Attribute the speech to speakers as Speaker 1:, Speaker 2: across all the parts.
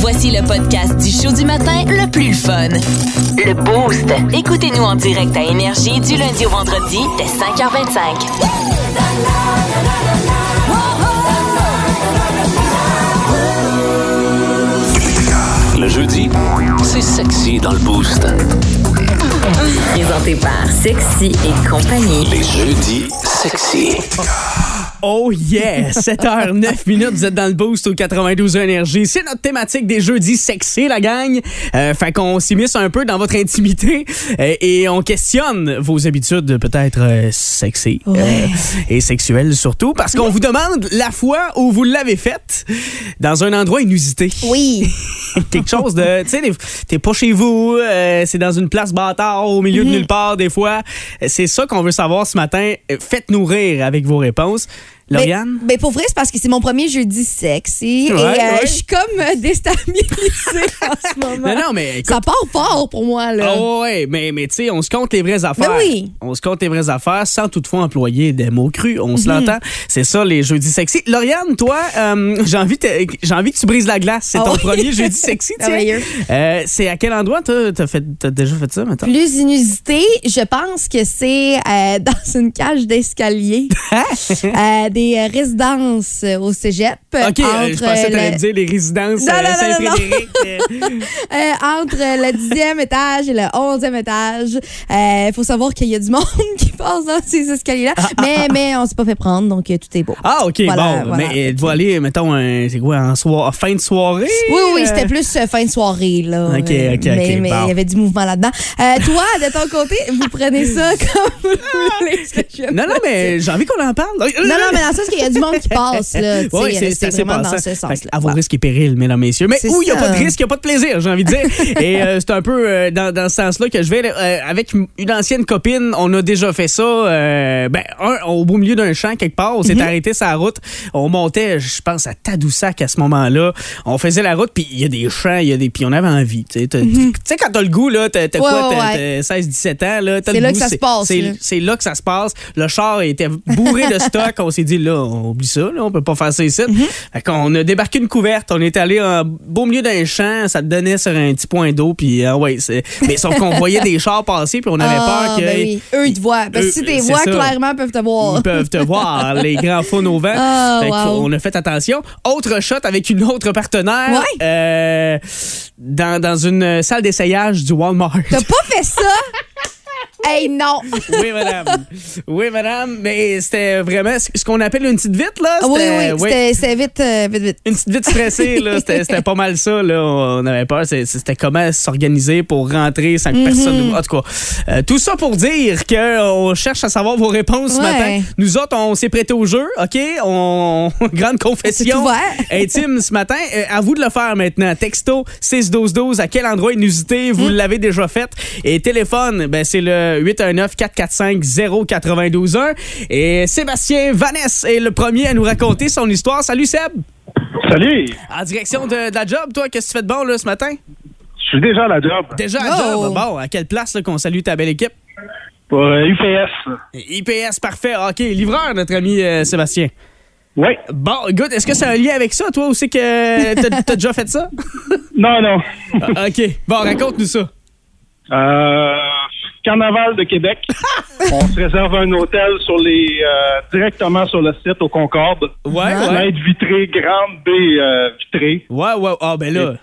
Speaker 1: Voici le podcast du show du matin le plus le fun. Le Boost. Écoutez-nous en direct à Énergie du lundi au vendredi dès 5h25.
Speaker 2: Le jeudi, c'est sexy dans le boost.
Speaker 3: Présenté par Sexy et compagnie.
Speaker 2: Les jeudis sexy.
Speaker 4: Oh yeah! 7h09 minutes, vous êtes dans le boost au 92 Énergie. C'est notre thématique des jeudis sexy, la gang. Euh, fait qu'on s'immisce un peu dans votre intimité euh, et on questionne vos habitudes peut-être euh, sexy euh, et sexuelles surtout parce qu'on vous demande la fois où vous l'avez faite dans un endroit inusité.
Speaker 5: Oui.
Speaker 4: Quelque chose de... Tu sais, des- t'es pas chez vous, euh, c'est dans une place bâtard au milieu
Speaker 5: Mm-hmm.
Speaker 4: de nulle part des fois. C'est ça qu'on veut savoir ce matin. Euh, Faites-nous rire avec vos réponses.
Speaker 5: Mais
Speaker 4: Lauriane?
Speaker 5: ben pour vrai, c'est parce que c'est mon premier jeudi sexy.
Speaker 4: Ouais,
Speaker 5: et euh,
Speaker 4: ouais.
Speaker 5: je suis comme euh, déstabilisée en ce moment.
Speaker 4: Non, non, mais écoute.
Speaker 5: Ça part fort pour moi, là.
Speaker 4: Ah ouais, mais, mais tu sais, on se compte les vraies affaires.
Speaker 5: Ben oui.
Speaker 4: On se compte les vraies affaires sans toutefois employer des mots crus. On
Speaker 5: Mhm.
Speaker 4: se l'entend. C'est ça, les jeudis sexy. Lauriane, toi, euh, j'ai envie, te- j'ai envie que tu brises la glace. C'est
Speaker 5: Ah
Speaker 4: ton
Speaker 5: oui.
Speaker 4: premier jeudi sexy, tu sais.
Speaker 5: Merveilleux.
Speaker 4: Euh, c'est à quel endroit t'as t'as fait- t'as déjà fait ça, maintenant?
Speaker 5: Plus inusité, je pense que c'est euh, dans une cage d'escalier euh, des euh, résidences euh, au cégep.
Speaker 4: OK, euh, je pensais que
Speaker 5: euh,
Speaker 4: t'allais
Speaker 5: le-
Speaker 4: me dire les résidences
Speaker 5: Non,
Speaker 4: euh,
Speaker 5: non, non, non, non.
Speaker 4: Saint-Frédéric. euh,
Speaker 5: Euh, entre le 10e étage et le 11e étage. Il faut savoir qu'il y a du monde qui passe dans ces escaliers-là. Mais, mais on s'est pas fait prendre, donc euh, tout est beau.
Speaker 4: Ah, OK,
Speaker 5: Voilà,
Speaker 4: bon.
Speaker 5: voilà.
Speaker 4: Mais euh, tu vas aller, mettons, un- c'est quoi, en soir- fin de soirée?
Speaker 5: Oui, oui,
Speaker 4: euh,
Speaker 5: c'était plus euh, fin de soirée, là.
Speaker 4: Ok, ok,
Speaker 5: Euh,
Speaker 4: ok,
Speaker 5: Mais, mais
Speaker 4: bon.
Speaker 5: il y avait du mouvement là-dedans. Euh, toi, de ton côté, vous prenez ça comme vous
Speaker 4: Ah.
Speaker 5: voulez, ce que je viens de
Speaker 4: Non, non,
Speaker 5: dire.
Speaker 4: mais j'ai envie qu'on en parle.
Speaker 5: Non, non, mais dans le sens qu'il y a du monde qui passe, là. tu sais,
Speaker 4: Oui, c'est
Speaker 5: c'est
Speaker 4: assez
Speaker 5: vraiment
Speaker 4: passant.
Speaker 5: dans ce
Speaker 4: Fait que
Speaker 5: sens-là.
Speaker 4: À vos
Speaker 5: Ouais.
Speaker 4: risques et périls, mesdames, messieurs. Mais
Speaker 5: C'est
Speaker 4: où il n'y a
Speaker 5: ça.
Speaker 4: pas de risque, il n'y a pas de plaisir, j'ai envie de dire. et euh, c'est un peu euh, dans, dans ce sens-là que je vais. là, euh, avec m- une ancienne copine, on a déjà fait ça. euh, ben, un, au beau milieu d'un champ, quelque part, on
Speaker 5: Mhm.
Speaker 4: s'est arrêté sur la route. On montait, je pense, à Tadoussac à ce moment-là. On faisait la route, puis il y a des champs, il y a des. Puis on avait envie. Tu sais, t'as- tu sais, quand t'as le goût, là, t'as t'as
Speaker 5: Mhm. Ouais,
Speaker 4: quoi,
Speaker 5: ouais,
Speaker 4: t'as-
Speaker 5: ouais.
Speaker 4: t'as 16-17 ans, là, t'as
Speaker 5: C'est
Speaker 4: le
Speaker 5: là
Speaker 4: goût,
Speaker 5: que ça se passe,
Speaker 4: c'est-
Speaker 5: là.
Speaker 4: c'est là que ça se passe. Le char était bourré de stock. On s'est dit, là, on oublie ça, là, on peut pas faire ça ici.
Speaker 5: Mhm.
Speaker 4: Fait qu'on a débarqué une couverte. On est allé en beau milieu d'un champ. Ça te donnait sur un petit point d'eau. Puis, ah ouais, c'est- mais sauf qu'on voyait des chars passer. Puis on avait
Speaker 5: Ah,
Speaker 4: peur que.
Speaker 5: ben oui. Eux, ils te voient. Parce
Speaker 4: Eux,
Speaker 5: que si tu les
Speaker 4: c'est
Speaker 5: vois,
Speaker 4: ça.
Speaker 5: clairement, ils peuvent te voir.
Speaker 4: Ils peuvent te voir, les grands faunes au vent.
Speaker 5: Ah,
Speaker 4: Fait qu'il faut-
Speaker 5: wow.
Speaker 4: on a fait attention. Autre shot avec une autre partenaire
Speaker 5: Ouais.
Speaker 4: euh, dans, dans une salle d'essayage du Walmart.
Speaker 5: T'as pas fait ça? hey, non.
Speaker 4: Oui, madame. Oui, madame. Mais c'était vraiment ce ce qu'on appelle une petite vite, là.
Speaker 5: Ah oui, oui,
Speaker 4: C'était- oui.
Speaker 5: c'était- c'était vite, euh, vite, vite.
Speaker 4: Une petite vite stressée, là. C'était c'était pas mal ça, là. On avait peur. C'est- C'était comment s'organiser pour rentrer sans que
Speaker 5: Mm-hmm.
Speaker 4: personne. nous- En tout cas, euh, tout ça pour dire qu'on cherche à savoir vos réponses ce
Speaker 5: Ouais.
Speaker 4: matin. Nous autres, on s'est prêtés au jeu, OK? On... Grande confession
Speaker 5: ouvert.
Speaker 4: intime ce matin. Euh, à vous de le faire maintenant. Texto 61212, à quel endroit inusité vous
Speaker 5: Hmm.
Speaker 4: l'avez déjà fait? Et téléphone, ben, c'est le 819-445-0921. Et Sébastien Vanesse est le premier à nous raconter son histoire. Salut Seb!
Speaker 6: Salut!
Speaker 4: En direction de, de la job, toi, qu'est-ce que tu fais de bon là, ce matin?
Speaker 6: Je suis déjà à la job.
Speaker 4: Déjà à
Speaker 5: Oh!
Speaker 4: job, bon, à quelle place là, qu'on salue ta belle équipe?
Speaker 6: Pour euh, UPS.
Speaker 4: IPS, parfait. OK, livreur, notre ami euh, Sébastien.
Speaker 6: Oui.
Speaker 4: Bon, good. Est-ce que c'est un lien avec ça, toi, aussi que euh, t'as, t'as déjà fait ça?
Speaker 6: Non, non.
Speaker 4: Ah, OK. Bon, raconte-nous ça.
Speaker 6: Euh, Carnaval de Québec. On se réserve un hôtel sur les euh, directement sur le site au Concorde.
Speaker 4: Ouais, ouais.
Speaker 6: Fenêtre vitrée, grande baie euh, vitrée.
Speaker 4: Ouais, ouais. Ah, ben là,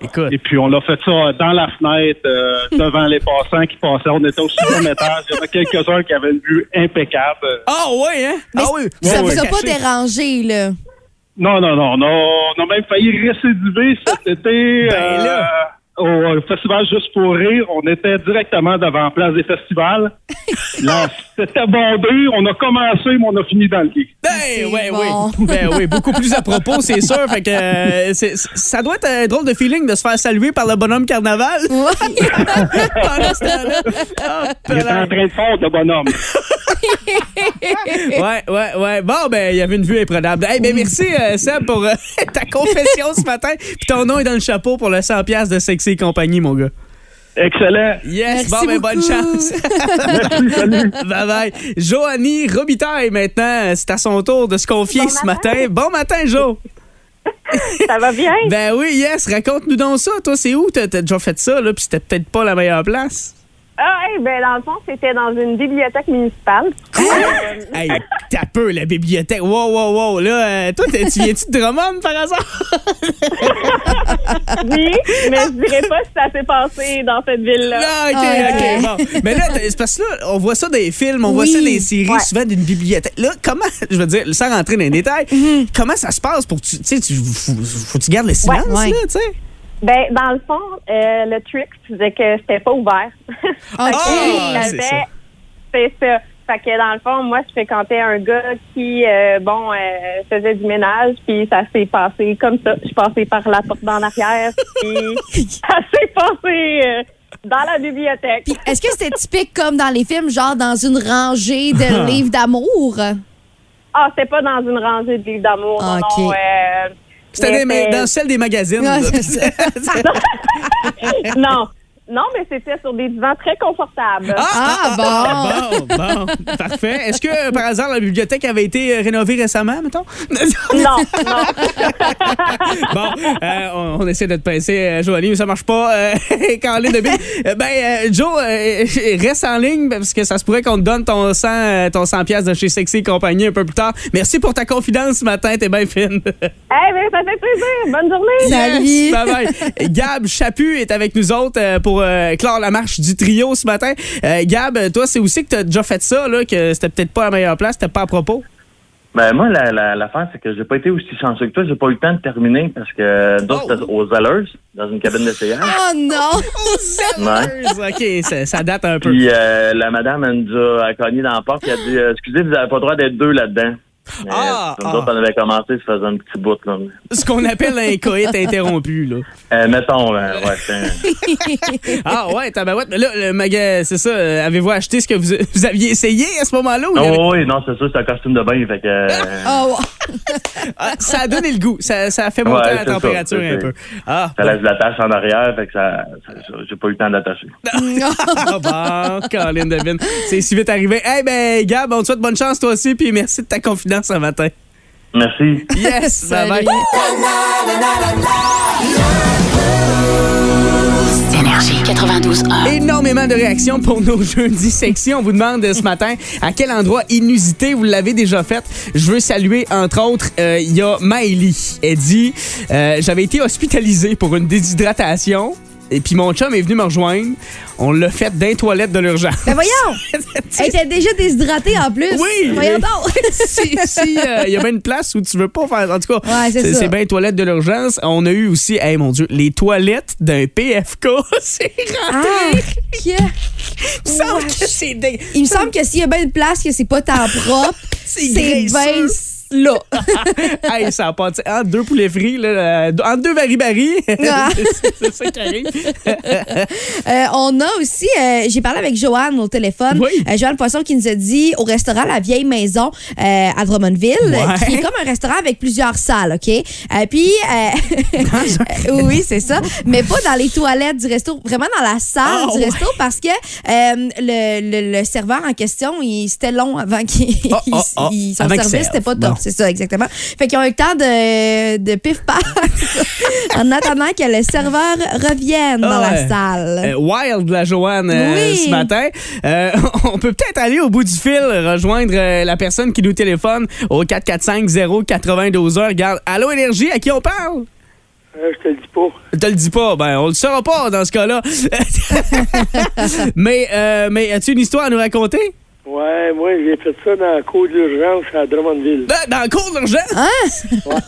Speaker 4: écoute.
Speaker 6: Et puis on l'a fait ça dans la fenêtre, euh, devant les passants qui passaient. On était au second étage. Il y en a quelques-uns qui avaient une vue impeccable.
Speaker 4: Ah, ouais, hein?
Speaker 5: Mais
Speaker 4: ah, oui.
Speaker 5: ça
Speaker 6: Ouais,
Speaker 5: vous
Speaker 6: ouais.
Speaker 5: a pas dérangé, là.
Speaker 6: Non, non, non, non. On a même failli récidiver cet été
Speaker 4: Ben là.
Speaker 6: euh, au festival Juste pour rire. On était directement devant la place des festivals. Là, c'était bondé. On a commencé, mais on a fini dans le lit.
Speaker 4: Ben, ouais,
Speaker 5: bon.
Speaker 4: oui. Ben, oui. Beaucoup plus à propos, c'est sûr. Fait que euh, c'est- ça doit être un drôle de feeling de se faire saluer par le bonhomme carnaval.
Speaker 5: Ouais.
Speaker 4: pendant ce temps-là. Hop
Speaker 6: Il était
Speaker 4: là.
Speaker 6: en train de fondre, le bonhomme.
Speaker 4: Ouais, ouais, ouais. Bon, ben, il y avait une vue imprenable. Eh ben, merci, euh, Seb, pour euh, ta confession ce matin. Puis ton nom est dans le chapeau pour le 100$ piastres de Sexy et compagnie, mon gars.
Speaker 6: Excellent.
Speaker 4: Yes,
Speaker 5: Merci
Speaker 4: bon, ben, bonne
Speaker 5: beaucoup.
Speaker 4: chance. Bye bye. Joanie Robitaille, maintenant, c'est à son tour de se confier ce matin. Bon matin, Jo.
Speaker 7: ça va bien?
Speaker 4: Ben oui, yes, raconte-nous donc ça. Toi, c'est où? T'as t'as déjà fait ça, là, puis c'était peut-être pas la meilleure place.
Speaker 7: Ah, eh ben, dans le fond, c'était dans une bibliothèque municipale.
Speaker 4: Hey, t'as peu, la bibliothèque. Wow, wow, wow. Là, euh, toi, t'es- tu viens-tu de Drummond, par hasard?
Speaker 7: Euh, Oui, mais je dirais pas si ça s'est passé dans cette ville-là. Euh,
Speaker 4: Ah, OK,
Speaker 5: Ah, ouais.
Speaker 4: OK, bon. Mais là, t'as- c'est parce que là, on voit ça dans les films, on voit
Speaker 5: Oui.
Speaker 4: ça dans les séries,
Speaker 7: Ouais.
Speaker 4: souvent d'une bibliothèque. Là, comment, je veux dire, sans rentrer dans les détails, comment ça se passe pour que tu, tu sais, tu, faut, faut que tu gardes le silence,
Speaker 5: Mhm. Ouais.
Speaker 4: là, tu sais?
Speaker 7: Ben, dans le fond, euh, le trick, c'est que c'était pas ouvert.
Speaker 5: OK.
Speaker 4: Ah,
Speaker 7: Il
Speaker 4: c'est
Speaker 7: avait-
Speaker 4: ça.
Speaker 7: C'est ça. Fait que dans le fond, moi, je fréquentais un gars qui, euh, bon, euh, faisait du ménage, puis ça s'est passé comme ça. Je suis passée par la porte d'en arrière, puis ça s'est passé euh, dans la bibliothèque.
Speaker 5: Puis, est-ce que c'était typique comme dans les films, genre dans une rangée de livres d'amour?
Speaker 7: Ah, c'était pas dans une rangée de livres d'amour,
Speaker 5: Ah,
Speaker 7: non,
Speaker 5: Ok.
Speaker 7: non. euh,
Speaker 4: C'était
Speaker 7: mais
Speaker 4: des- mais dans celle des magazines.
Speaker 5: Ah,
Speaker 4: là.
Speaker 5: c'est ça.
Speaker 7: non, non, mais c'était sur des divans très confortables.
Speaker 5: Ah, bon!
Speaker 4: Bon, bon, parfait. Est-ce que, euh, par hasard, la bibliothèque avait été euh, rénovée récemment, mettons?
Speaker 7: Non, non.
Speaker 4: Bon, euh, on, on essaie de te pincer, euh, Joanie, mais ça marche pas. Euh, quand de bille. Euh, ben, euh, Joe, euh, reste en ligne parce que ça se pourrait qu'on te donne ton 100, euh, ton 100 pièces de chez Sexy et compagnie un peu plus tard. Merci pour ta confidence ce matin, t'es bien fine.
Speaker 7: Eh ben, ça fait plaisir. Bonne journée.
Speaker 5: Salut.
Speaker 4: Yes, bye bye. Gab Chaput est avec nous autres euh, pour euh, clore la marche du trio ce matin. Euh, Gab, toi, c'est aussi que t'as déjà fait ça, là, que c'était peut-être pas la meilleure place, c'était pas à propos.
Speaker 8: Ben moi, la, la, l'affaire, c'est que j'ai pas été aussi chanceux que toi. J'ai pas eu le temps de terminer parce que d'autres
Speaker 4: Oh. Ah,
Speaker 8: étaient aux Zellers, dans une cabine d'essayage.
Speaker 5: Oh non!
Speaker 8: Ouais.
Speaker 4: hein? OK, ça, ça date un peu.
Speaker 8: Puis euh, la madame, elle nous a a cogné dans la porte et a dit euh, Excusez, vous n'avez pas le droit d'être deux là-dedans. Mais
Speaker 4: Ah,
Speaker 8: nous
Speaker 4: ah.
Speaker 8: autres, on avait commencé, ça faisait un petit bout. Là.
Speaker 4: Ce qu'on appelle un coït interrompu, là.
Speaker 8: Euh, mettons, euh, ouais, c'est un-
Speaker 4: Ah ouais, tabarouette. Mais là, le magasin, c'est ça. euh, Avez-vous acheté ce que vous, vous aviez essayé à ce moment-là? ou il y avait-
Speaker 8: Non, Oh, oui, non, c'est sûr, c'est un costume de bain. Fait que, euh,
Speaker 5: Oh,
Speaker 4: Ah, ça a donné le goût. Ça, ça a fait ah, monter
Speaker 8: Ouais,
Speaker 4: la
Speaker 8: c'est ça,
Speaker 4: température
Speaker 8: c'est-
Speaker 4: un peu. Ah,
Speaker 8: ça laisse la tâche en arrière, fait que ça, ça- j'ai pas eu le temps d'attacher.
Speaker 4: ah bon, Colin Devine. C'est si vite arrivé. Eh ben, Gab, on te souhaite bonne chance toi aussi, puis merci de ta confidence ce matin.
Speaker 8: Merci.
Speaker 4: Yes, bye bye.
Speaker 5: Salut.
Speaker 1: Énergie 92.1.
Speaker 4: Énormément de réactions pour nos jeudis sexy. On vous demande euh, ce matin à quel endroit inusité vous l'avez déjà fait. Je veux saluer, entre autres, euh, il y a Maëlie. Elle dit euh, J'avais été hospitalisée pour une déshydratation. Et puis mon chum est venu me rejoindre. On l'a fait dans les toilettes de l'urgence.
Speaker 5: Ben voyons! Elle était déjà déshydratée en plus!
Speaker 4: Oui.
Speaker 5: Voyons donc!
Speaker 4: si si, euh, il y a bien une place où tu veux pas faire. En tout cas,
Speaker 5: Ouais, c'est
Speaker 4: c'est
Speaker 5: ça.
Speaker 4: c'est bien les toilettes de l'urgence. On a eu aussi, hey mon Dieu, les toilettes d'un PFK. c'est rare.
Speaker 5: Ah, que-
Speaker 4: Il me semble que c'est dingue.
Speaker 5: Il me semble que s'il y a bien une place que c'est pas ta propre,
Speaker 4: C'est
Speaker 5: c'est bien
Speaker 4: graisseux.
Speaker 5: là.
Speaker 4: hey, ça a pas de sens. Entre deux poulets frits, là, euh, entre deux barils-barils,
Speaker 5: Ah.
Speaker 4: c'est c'est ça qui arrive.
Speaker 5: Euh, on a aussi, euh, j'ai parlé avec Joanne au téléphone.
Speaker 4: Oui.
Speaker 5: Euh, Joanne Poisson qui nous a dit au restaurant La Vieille Maison euh, à Drummondville,
Speaker 4: Ouais.
Speaker 5: qui est comme un restaurant avec plusieurs salles, OK? Euh, puis, euh, oui, c'est ça. Mais pas dans les toilettes du resto, vraiment dans la salle
Speaker 4: Ah,
Speaker 5: du
Speaker 4: ouais.
Speaker 5: resto parce que euh, le, le- le serveur en question, il c'était long avant qu'il
Speaker 4: Oh, oh, oh.
Speaker 5: il- son
Speaker 4: Avant qu'il
Speaker 5: service
Speaker 4: serve.
Speaker 5: n'était pas top.
Speaker 4: Bon.
Speaker 5: C'est ça, exactement. Fait qu'ils ont eu le temps de, de pif-paf en attendant que le serveur revienne dans
Speaker 4: Ah
Speaker 5: la
Speaker 4: ouais.
Speaker 5: salle.
Speaker 4: Euh, wild, la Joanne, euh,
Speaker 5: Oui.
Speaker 4: ce matin. Euh, on peut peut-être aller au bout du fil, rejoindre euh, la personne qui nous téléphone au 445-092 heures. Regarde, Allô Énergie, à qui on parle?
Speaker 9: Euh, je te le dis pas.
Speaker 4: Je te le dis pas, ben on le saura pas dans ce cas-là. mais euh, mais as-tu une histoire à nous raconter?
Speaker 9: Ouais, moi, j'ai fait ça dans la cour d'urgence à Drummondville.
Speaker 4: Dans, dans le cours d'urgence?
Speaker 5: Hein?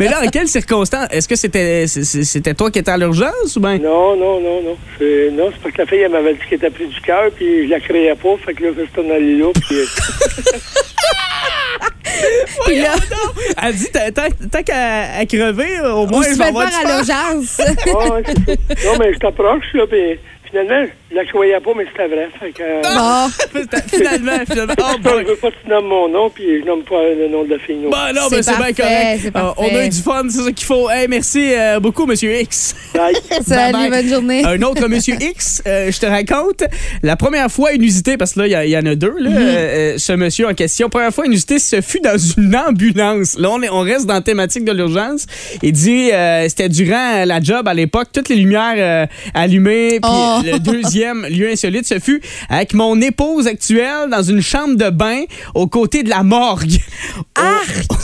Speaker 4: mais là, en quelles circonstances? Est-ce que c'était c'est- c'est- c'était toi qui étais à l'urgence ou bien?
Speaker 9: Non, non, non, non. C'est, non, c'est parce que la fille, elle m'avait dit qu'elle était pris du cœur, puis je la créais pas, fait que là, je suis en allé là, puis... euh,
Speaker 5: Puis là,
Speaker 4: Elle dit, tant- tant tant qu'à à crever, au
Speaker 5: on
Speaker 4: moins
Speaker 5: se
Speaker 4: je
Speaker 5: fait
Speaker 4: vais avoir
Speaker 5: faire
Speaker 4: du
Speaker 5: à l'urgence.
Speaker 9: Ouais, ouais, c'est ça. Non, mais je t'approche, là, puis finalement, je la croyais pas, mais c'était vrai. Fait que, euh,
Speaker 4: Ah! finalement, finalement. Oh
Speaker 9: je
Speaker 4: boy.
Speaker 9: veux pas que tu nommes mon nom, puis je nomme pas le nom de la fille. non.
Speaker 4: Bon, Ah, non,
Speaker 5: C'est
Speaker 4: mais c'est bien
Speaker 5: parfait,
Speaker 4: correct.
Speaker 5: c'est
Speaker 4: Euh,
Speaker 5: parfait.
Speaker 4: on a eu du fun, c'est ça qu'il faut. Hey, merci euh, beaucoup, Monsieur X.
Speaker 9: Bye.
Speaker 5: Salut,
Speaker 4: Bye-bye.
Speaker 5: bonne journée.
Speaker 4: Un autre Monsieur X, euh, je te raconte, la première fois inusité, parce que là, il y a- il y, en a deux,
Speaker 5: Mm-hmm.
Speaker 4: là, euh, euh, ce monsieur en question, première fois inusité, ce fut dans une ambulance. Là, on, est- on reste dans la thématique de l'urgence. Il dit, euh, c'était durant euh, la job à l'époque, toutes les lumières euh, allumées, puis
Speaker 5: Oh.
Speaker 4: le deuxième lieu insolite, ce fut avec mon épouse actuelle dans une chambre de bain aux côtés de la morgue. Oh,
Speaker 5: Arc!